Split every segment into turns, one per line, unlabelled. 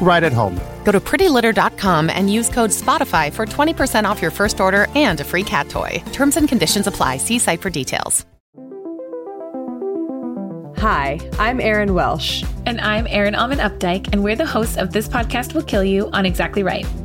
right at home.
Go to prettylitter.com and use code SPOTIFY for 20% off your first order and a free cat toy. Terms and conditions apply. See site for details.
Hi, I'm Erin Welsh.
And I'm Erin Alman Updike, and we're the hosts of This Podcast Will Kill You on Exactly Right.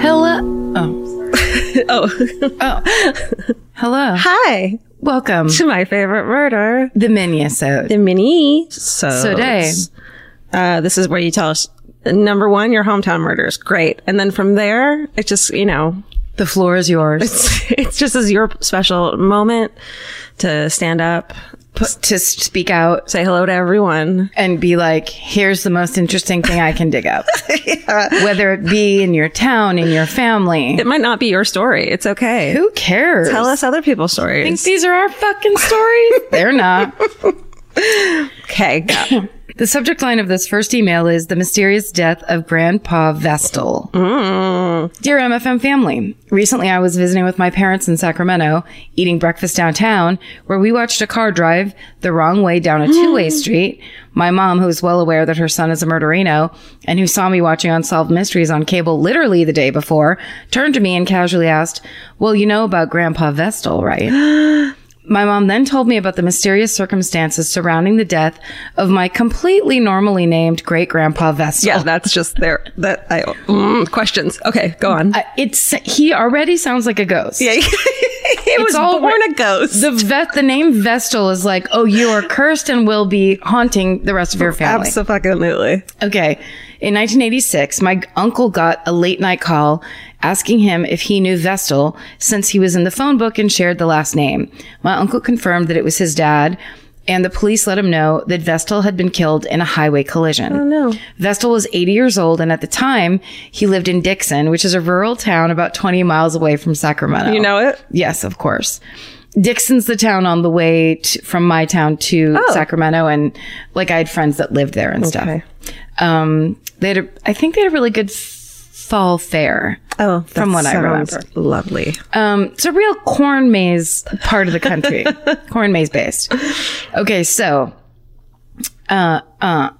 Hello. Oh.
Oh,
Oh. Hello.
hi
Welcome
to my favorite murder,
the Minisode.
the mini. So,
Today,
uh, this is where you tell us number one, your hometown murders. Great. And then from there, it just, you know,
the floor is yours.
it's just as your special moment to stand up,
Put, to speak out
say hello to everyone.
and be like, here's the most interesting thing I can dig up. Whether it be in your town, in your family.
It might not be your story. It's okay.
Who cares?
Tell us other people's
Think
stories.
these are our fucking stories? They're not.
Okay. go.
The subject line of this first email is The Mysterious Death of Grandpa Vestal. Dear MFM family, recently I was visiting with my parents in Sacramento, eating breakfast downtown, where we watched a car drive the wrong way down a two way street. My mom, who is well aware that her son is a murderino and who saw me watching Unsolved Mysteries on cable literally the day before, turned to me and casually asked, Well, you know about Grandpa Vestal, right? My mom then told me about the mysterious circumstances surrounding the death of my completely normally named great grandpa Vestal.
yeah, that's just there. That I mm, questions. Okay, go on.
Uh, it's he already sounds like a ghost.
yeah, it was
all
born
right-
a ghost.
The vet, the name Vestal is like, oh, you are cursed and will be haunting the rest of your family.
Absolutely.
Okay. In 1986, my uncle got a late night call asking him if he knew Vestal since he was in the phone book and shared the last name. My uncle confirmed that it was his dad. And the police let him know that Vestal had been killed in a highway collision. Oh no. Vestal was 80 years old, and at the time, he lived in Dixon, which is a rural town about 20 miles away from Sacramento.
You know it?
Yes, of course. Dixon's the town on the way t- from my town to Sacramento, and like I had friends that lived there and stuff. Um, they had, a, I think they had a really good f- fall fair.
Oh,
From what I
sounds
remember.
Lovely.
Um, it's a real corn maze part of the country, corn maze based. Okay, so, uh, uh,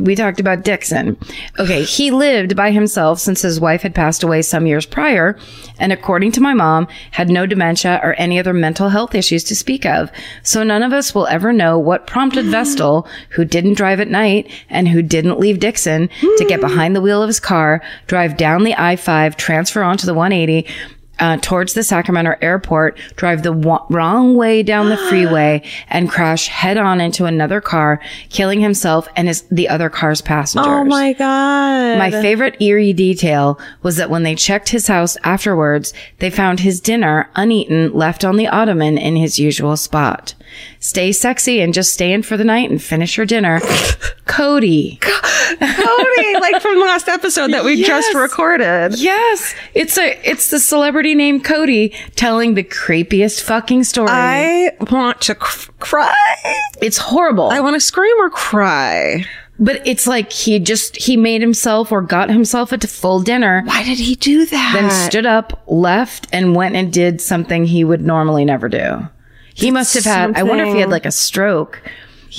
we talked about Dixon. Okay, he lived by himself since his wife had passed away some years prior, and according to my mom, had no dementia or any other mental health issues to speak of. So none of us will ever know what prompted Vestal, who didn't drive at night and who didn't leave Dixon, to get behind the wheel of his car, drive down the I 5, transfer onto the 180, uh, towards the Sacramento airport, drive the wa- wrong way down the freeway, and crash head on into another car, killing himself and his, the other car's passengers.
Oh my god.
My favorite eerie detail was that when they checked his house afterwards, they found his dinner uneaten left on the ottoman in his usual spot. Stay sexy and just stay in for the night and finish your dinner. Cody.
Cody, like from last episode that we just recorded.
Yes. It's a, it's the celebrity named Cody telling the creepiest fucking story.
I want to cr- cry.
it's horrible.
I want to scream or cry.
But it's like he just he made himself or got himself a full dinner,
Why did he do that?
then stood up, left, and went and did something he would normally never do. He must have had. I wonder if he had
something-
like a stroke,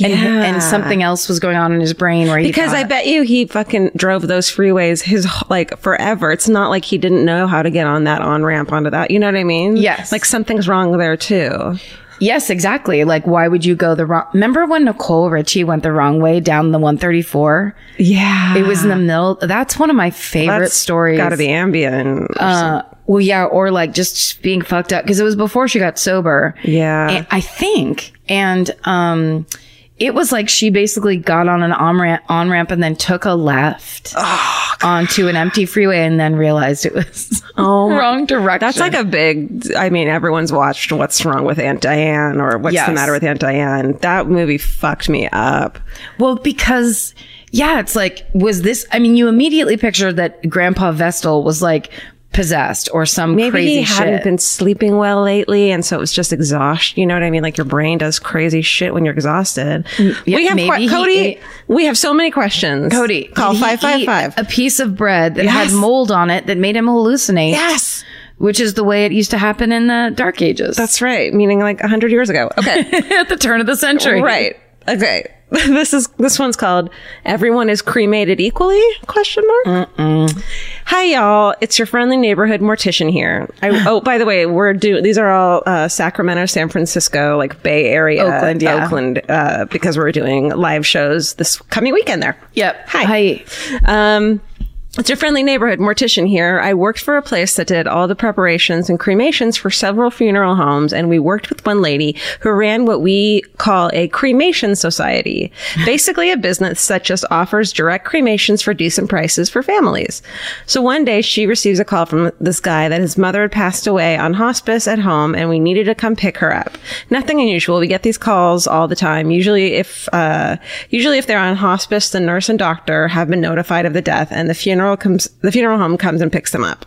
and and something else was going on in his brain where he
because I
thought-
bet you he fucking drove those freeways his wh- like forever. It's not like he didn't know how to get on that on ramp onto that. You know what I mean?
Yes.
Like something's wrong there too.
Yes, exactly. Like, why would you go the wrong? Remember when Nicole Richie went the wrong way down the 134?
Yeah.
It was in the middle. That's one of my favorite stories.
Gotta be ambient.
Uh, well, yeah, or like just being fucked up because it was before she got sober.
Yeah.
And- I think, and um, it was like she basically got on an on ramp, on ramp, and then took a left onto an empty freeway, and then realized it was
Oh, my-
wrong direction.
That's like a big. I mean, everyone's watched "What's Wrong with Aunt Diane" or "What's the
Yes.
Matter with Aunt Diane." That movie fucked me up.
Well, because yeah, it's like was this? I mean, you immediately picture that Grandpa Vestal was like possessed or some
Maybe
crazy
he hadn't
shit.
been sleeping well lately, and so it was just exhaustion. You know what I mean? Like your brain does crazy shit when you're exhausted.
yeah,
we have
maybe
que-
he
Cody.
ate-
we have so many questions.
Cody,
call
did he
five five
eat
five.
A piece of bread that
Yes.
had mold on it that made him hallucinate.
Yes,
which is the way it used to happen in the Dark Ages.
that's right. Meaning like hundred years ago. Okay,
at the turn of the century,
right. Okay. This is this one's called "Everyone is cremated equally?" Question mark. Hi y'all, it's your friendly neighborhood mortician here. I, oh, by the way, we're do these are all uh, Sacramento, San Francisco, like Bay Area,
Oakland, yeah.
Oakland, uh, because we're doing live shows this coming weekend there.
Yep.
Hi.
Hi.
Um, it's your friendly neighborhood mortician here. I worked for a place that did all the preparations and cremations for several funeral homes, and we worked with one lady who ran what we call a cremation society. Basically, a business that just offers direct cremations for decent prices for families. So one day she receives a call from this guy that his mother had passed away on hospice at home, and we needed to come pick her up. Nothing unusual. We get these calls all the time. Usually, if uh, usually if they're on hospice, the nurse and doctor have been notified of the death, and the funeral comes. The funeral home comes and picks them up.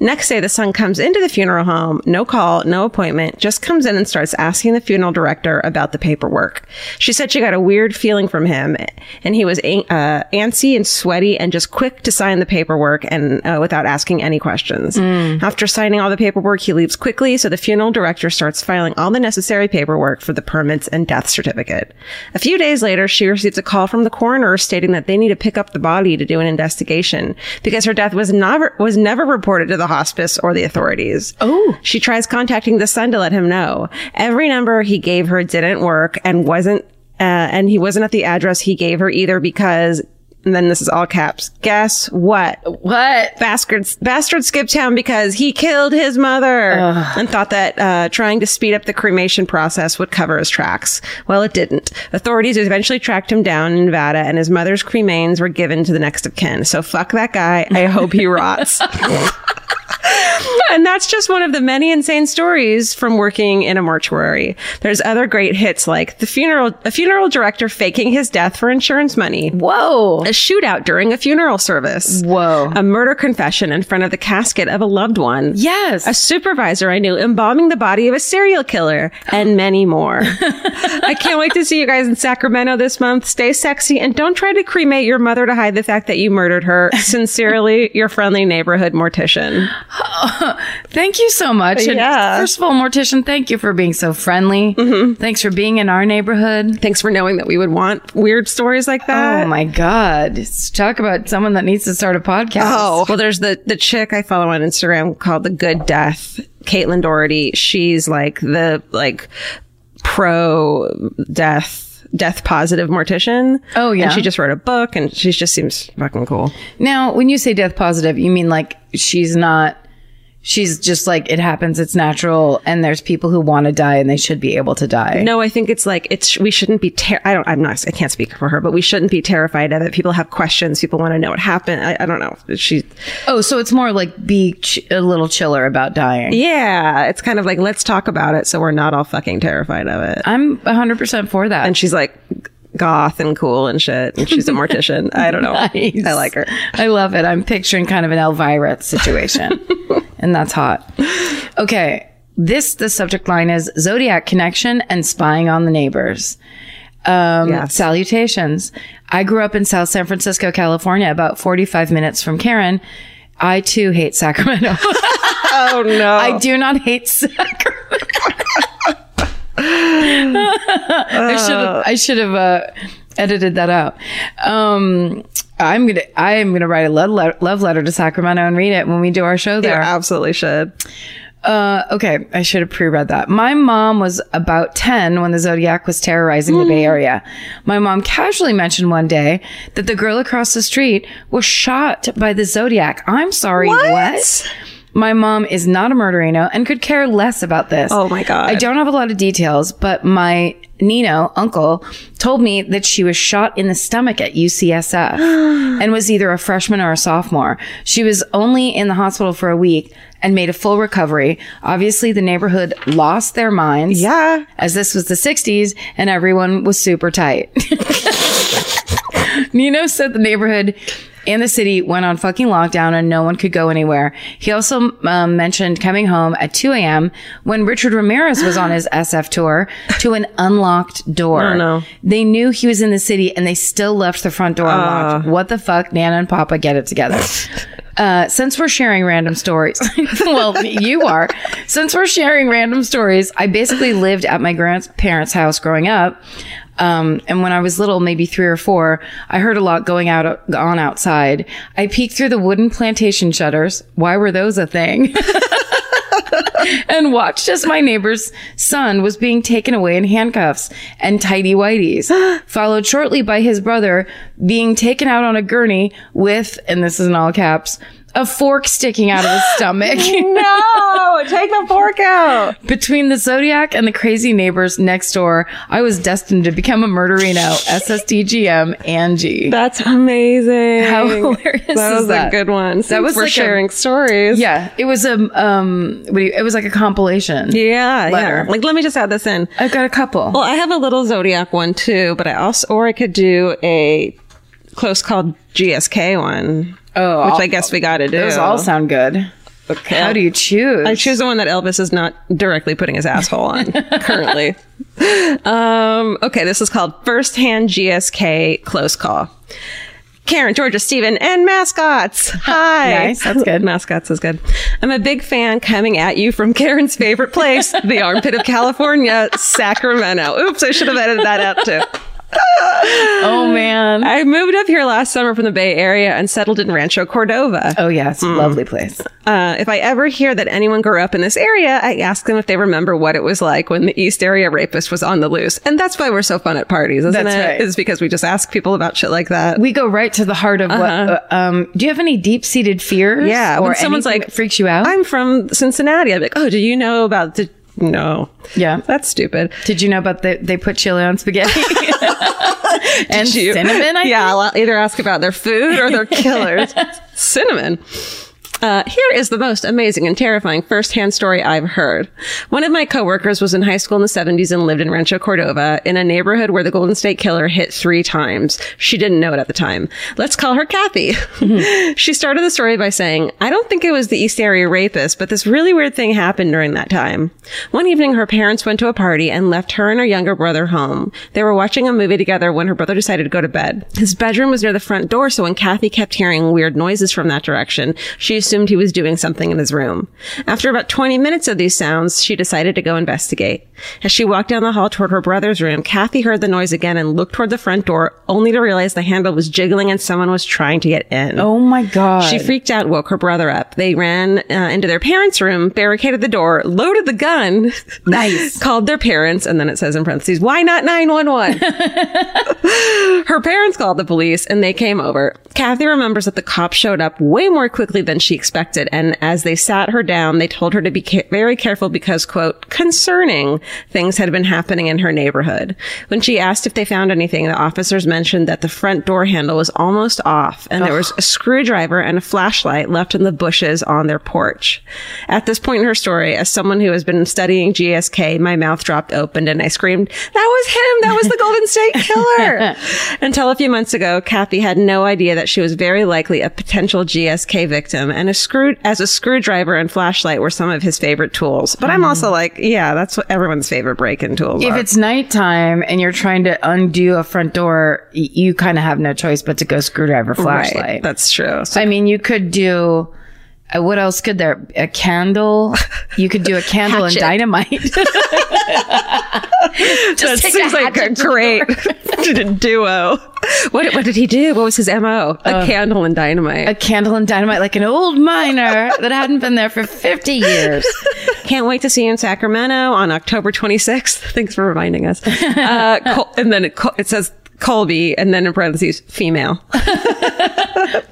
Next day, the son comes into the funeral home. No call, no appointment. Just comes in and starts asking the funeral director about the paperwork. She said she got a weird feeling from him, and he was an- uh, antsy and sweaty and just quick to sign the paperwork and uh, without asking any questions. After signing all the paperwork, he leaves quickly, so the funeral director starts filing all the necessary paperwork for the permits and death certificate. A few days later, she receives a call from the coroner stating that they need to pick up the body to do an investigation because her death was never was never reported to the hospice or the authorities. Oh, she tries contacting the son to let him know. Every number he gave her didn't work and wasn't uh, and he wasn't at the address he gave her either because and then this is all caps guess what
What?
bastard bastard skipped town because he killed his mother and thought that uh, trying to speed up the cremation process would cover his tracks well it didn't authorities eventually tracked him down in nevada and his mother's cremains were given to the next of kin so fuck that guy i hope he rots and that's just one of the many insane stories from working in a mortuary. There's other great hits like the funeral, a funeral director faking his death for insurance money.
Whoa.
A shootout during a funeral service.
Whoa.
A murder confession in front of the casket of a loved one.
Yes.
A supervisor I knew embalming the body of a serial killer and many more. I can't wait to see you guys in Sacramento this month. Stay sexy and don't try to cremate your mother to hide the fact that you murdered her. Sincerely, your friendly neighborhood mortician.
Thank you so much. And
Yeah.
First of all, Mortician, thank you for being so friendly. Thanks for being in our neighborhood.
Thanks for knowing that we would want weird stories like that.
oh my God. S- Talk about someone that needs to start a podcast.
Oh, well, there's the the chick I follow on Instagram called the Good Death, Caitlin Doherty. She's like the like pro death. Death positive mortician.
Oh, yeah.
And she just wrote a book and she just seems fucking cool.
Now, when you say death positive, you mean like she's not, she's just like it happens, it's natural, and there's people who want to die and they should be able to die.
No, I think it's like, it's, we shouldn't be, ter- I don't, I'm not, I can't speak for her, but we shouldn't be terrified of it. People have questions. People want to know what happened. I, I don't know. She,
Oh, so it's more like be ch- a little chiller about dying.
yeah, it's kind of like, let's talk about it so we're not all fucking terrified of it.
I'm 100% for that.
and she's like goth and cool and shit and she's a mortician i don't know i like her
I love it. I'm picturing kind of an Elvira situation, and that's hot. Okay. This, the subject line is Zodiac connection and spying on the neighbors. Um,
Yes.
Salutations. I grew up in South San Francisco, California, about 45 minutes from Karen. I too hate Sacramento.
oh no
I do not hate Sacramento. I should have. I should have uh, edited that out. Um, I'm gonna. I am gonna write a love letter, love letter to Sacramento and read it when we do our show
you
there.
absolutely should
Uh, okay, I should have pre-read that. My mom was about 10 when the Zodiac was terrorizing the
Hmm.
Bay Area. My mom casually mentioned one day that the girl across the street was shot by the Zodiac. I'm sorry, what? My mom is not a murderino and could care less about this.
Oh my God.
I don't have a lot of details, but my Nino, uncle, told me that she was shot in the stomach at UCSF and was either a freshman or a sophomore. She was only in the hospital for a week and made a full recovery. Obviously, the neighborhood lost their minds.
Yeah.
As this was the 60s and everyone was super tight. Nino said the neighborhood and the city went on fucking lockdown and no one could go anywhere. He also um, mentioned coming home at 2 a.m. when Richard Ramirez was on his SF tour to an unlocked door.
no.
They knew he was in the city and they still left the front door unlocked. What the fuck? Nana and Papa get it together. Uh, since we're sharing random stories, well, you are. Since we're sharing random stories, I basically lived at my grandparents' house growing up. Um, and when I was little, maybe three or four, I heard a lot going out on outside. I peeked through the wooden plantation shutters. Why were those a thing? and watched as my neighbor's son was being taken away in handcuffs and tidy whities, followed shortly by his brother being taken out on a gurney with, and this is in all caps, a fork sticking out of his stomach.
No, take the fork out.
Between the Zodiac and the crazy neighbors next door, I was destined to become a murderino, SSDGM, Angie.
That's amazing.
How hilarious
That
is
was
that?
a good one. That
was
was we're
like a-
sharing stories.
yeah, it was a um, what do you, it was like a compilation.
Yeah,
Letter.
yeah. Like, let me just add this in.
I've got a couple.
Well, I have a little zodiac one too, but I also, or I could do a close called GSK one.
Oh,
which
I'll-
i guess we got to do.
Those all sound good.
Okay.
How do you choose?
I choose the one that Elvis is not directly putting his asshole on currently. Um, okay, this is called Firsthand GSK Close Call. Karen, Georgia, Steven, and mascots. Hi.
Nice, that's good.
mascots is good. I'm a big fan coming at you from Karen's favorite place, the armpit of California, Sacramento. Oops, I should have edited that out too.
Oh man.
I moved up here last summer from the Bay Area and settled in Rancho Cordova.
Oh yes,
Hmm.
lovely place.
Uh, if I ever hear that anyone grew up in this area, I ask them if they remember what it was like when the East Area rapist was on the loose. And that's why we're so fun at parties, isn't
That's
it?
right.
It's because we just ask people about shit like that.
We go right to the heart of what. Uh, um, do you have any deep seated fears?
Uh-huh. yeah.
or
when someone's like,
that freaks you out.
I'm from Cincinnati. I'm like, oh, do you know about the. No.
yeah.
That's stupid.
Did you know about the, they put chili on spaghetti and
Do you-
cinnamon? I
yeah, I'll either ask about their food or their killers. cinnamon. Uh, here is the most amazing and terrifying firsthand story I've heard. One of my coworkers was in high school in the 70s and lived in Rancho Cordova in a neighborhood where the Golden State Killer hit three times. She didn't know it at the time. Let's call her Kathy. she started the story by saying, I don't think it was the East Area rapist, but this really weird thing happened during that time. One evening, her parents went to a party and left her and her younger brother home. They were watching a movie together when her brother decided to go to bed. His bedroom was near the front door, so when Kathy kept hearing weird noises from that direction, she assumed he was doing something in his room. After about 20 minutes of these sounds, she decided to go investigate. As she walked down the hall toward her brother's room, Kathy heard the noise again and looked toward the front door, only to realize the handle was jiggling and someone was trying to get in.
Oh my God.
She freaked out, and woke her brother up. They ran uh, into their parents' room, barricaded the door, loaded the gun.
Nice.
called their parents, and then it says in parentheses, why not 911? her parents called the police and they came over. Kathy remembers that the cops showed up way more quickly than she expected. And as they sat her down, they told her to be ca- very careful because, quote, concerning things had been happening in her neighborhood. When she asked if they found anything, the officers mentioned that the front door handle was almost off and there was a screwdriver and a flashlight left in the bushes on their porch. At this point in her story, as someone who has been studying GSK, my mouth dropped open and I screamed, that was him. That was the Golden State Killer. Until a few months ago, Kathy had no idea that she was very likely a potential GSK victim and a screw, as a screwdriver and flashlight were some of his favorite tools. But I'm also like, yeah, that's what everyone's favorite break-in tools
Mm. if
are.
it's nighttime and you're trying to undo a front door, y- you kind of have no choice but to go screwdriver flashlight.
Right, that's true.
I mean, you could do. uh, What else could there? A candle. You could do a candle and dynamite.
that seems like a great duo. What, what did he do? What was his MO? A
Uh,
candle and dynamite.
a candle and dynamite like an old miner that hadn't been there for 50 years.
Can't wait to see you in Sacramento on October 26th. Thanks for reminding us. Uh, Col- and then it, Col- it says Colby, and then in parentheses, female.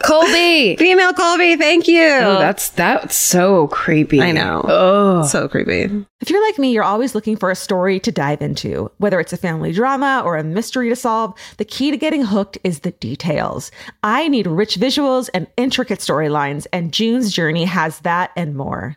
Colby.
Female Colby, thank you.
Oh, that's that's so creepy.
I know. Oh. So creepy.
If you're like me, you're always looking for a story to dive into. Whether it's a family drama or a mystery to solve, the key to getting hooked is the details. I need rich visuals and intricate storylines, and June's Journey has that and more.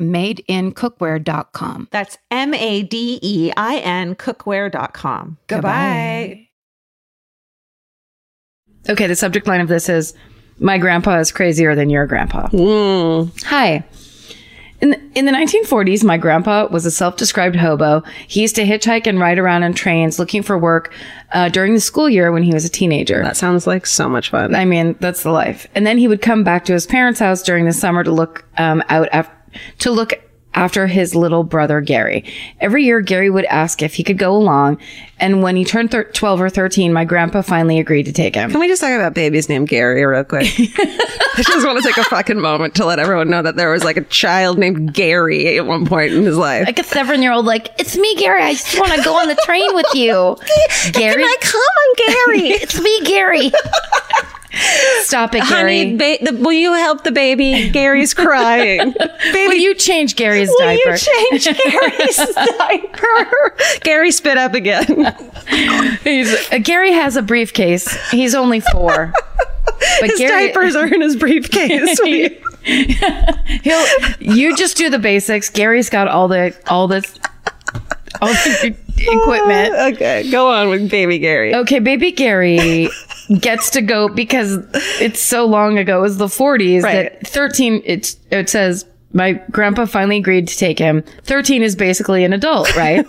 madeincookware.com.
That's M A D E I N cookware.com. Goodbye.
Okay, the subject line of this is My grandpa is crazier than your grandpa.
Mm,
Hi. In the, in the 1940s, my grandpa was a self described hobo. He used to hitchhike and ride around on trains looking for work uh, during the school year when he was a teenager.
That sounds like so much fun.
I mean, that's the life. And then he would come back to his parents' house during the summer to look um, out af- to look after his little brother Gary. Every year, Gary would ask if he could go along, and when he turned thir- 12 or 13, my grandpa finally agreed to take him.
Can we just talk about babies named Gary real quick? I just want to take a fucking moment to let everyone know that there was like a child named Gary at one point in his life.
Like a seven year old, like, it's me, Gary. I just want to go on the train with you. Gary,
come on, Gary.
it's me, Gary. Stop it, Gary.
Honey, ba- the, will you help the baby? Gary's crying.
Will
baby,
you change Gary's
will
diaper?
you change Gary's diaper? Gary spit up again.
He's- uh, Gary has a briefcase. He's only four. But
His diapers are in his briefcase. We-
he'll, you just do the basics. Gary's got all the all this all the
Oh,
equipment.
okay, go on with baby Gary.
Okay, baby Gary gets to go because it's so long ago. It was the 40s
Right.
that 13. It's it says my grandpa finally agreed to take him. 13 is basically an adult, right?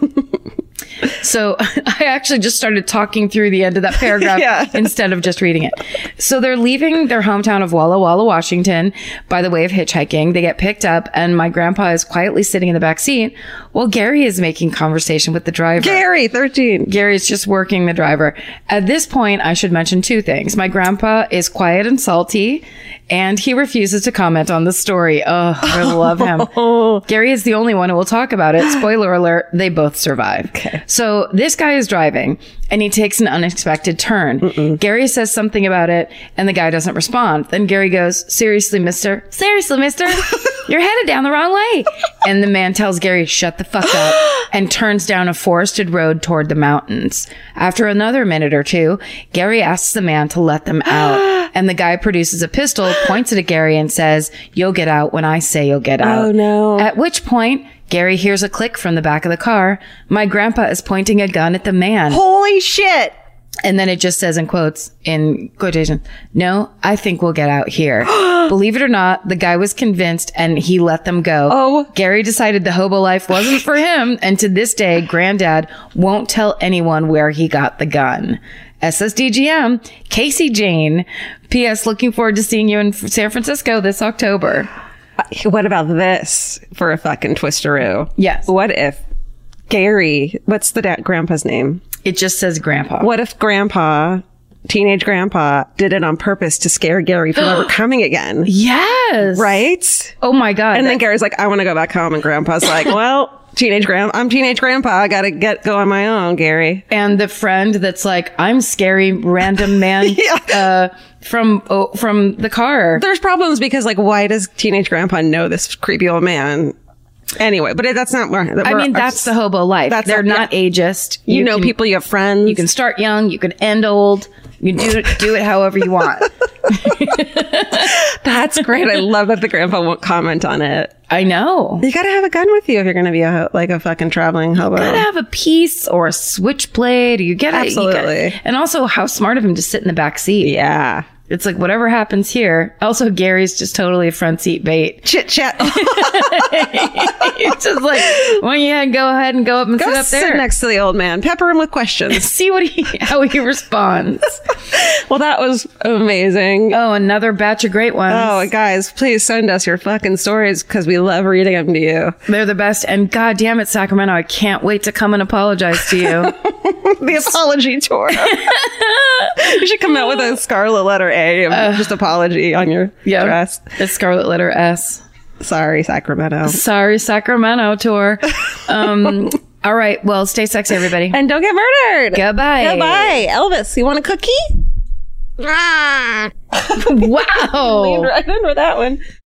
So I actually just started talking through the end of that paragraph
Yeah.
instead of just reading it. So they're leaving their hometown of Walla Walla, Washington by the way of hitchhiking. They get picked up and my grandpa is quietly sitting in the back seat while Gary is making conversation with the driver.
Gary, 13.
Gary's just working the driver. At this point, I should mention two things. My grandpa is quiet and salty, and he refuses to comment on the story. Oh, I love him. Gary is the only one who will talk about it. Spoiler alert, they both survive. Okay. So this guy is driving, and he takes an unexpected turn. Gary says something about it, and the guy doesn't respond. Then Gary goes, Seriously, mister? Seriously, mister? You're headed down the wrong way. And the man tells Gary, shut the fuck up, and turns down a forested road toward the mountains. After another minute or two, Gary asks the man to let them out. And the guy produces a pistol, points it at Gary, and says, You'll get out when I say you'll get out. Oh, no. At which point, Gary hears a click from the back of the car. My grandpa is pointing a gun at the man.
Holy shit.
And then it just says in quotes, in quotation, no, I think we'll get out here. Believe it or not, the guy was convinced and he let them go. Oh. Gary decided the hobo life wasn't for him. And to this day, granddad won't tell anyone where he got the gun. SSDGM, Casey Jane. P.S. Looking forward to seeing you in San Francisco this October.
What about this for a fucking twisteroo?
Yes.
What if Gary, what's the da- grandpa's name?
It just says grandpa.
What if grandpa, teenage grandpa, did it on purpose to scare Gary from ever coming again?
Yes.
Right?
Oh my God.
And then Gary's like, I want to go back home. And grandpa's like, well, teenage grand, I'm teenage grandpa. I got to get go on my own, Gary.
and the friend that's like, I'm scary random man uh, from oh, from the car.
There's problems because like, why does teenage grandpa know this creepy old man? Anyway, but that's not,
I mean, that's the hobo life.
That's
They're
not-
not ageist.
you, know,
can-
people, you have friends.
You can start young. You can end old. You do do it however you want.
That's great. I love that the grandpa won't comment on it.
I know.
You got to have a gun with you if you're going to be a ho- like a fucking traveling hobo.
You gotta have a piece or a switchblade. Or you get
Absolutely.
and also, how smart of him to sit in the back seat.
yeah.
It's like whatever happens here. Also, Gary's just totally a front seat bait.
Chit chat.
It's just like, well, yeah, go ahead and go up and
Go
sit up
sit
there.
next to the old man. Pepper him with questions.
See what he how he responds.
well, that was amazing.
Oh, another batch of great ones.
Oh, guys, please send us your fucking stories because we love reading them to you.
They're the best. And God damn it, Sacramento, I can't wait to come and apologize to you.
The apology tour. you should come out with a scarlet letter A and just apology on your
Yeah.
dress.
It's Scarlet Letter S.
Sorry, Sacramento.
Sorry, Sacramento tour. Um, all right. Well, stay sexy, everybody.
And don't get murdered.
Goodbye.
Goodbye. Elvis, you want a cookie?
Wow.
Right in with that one.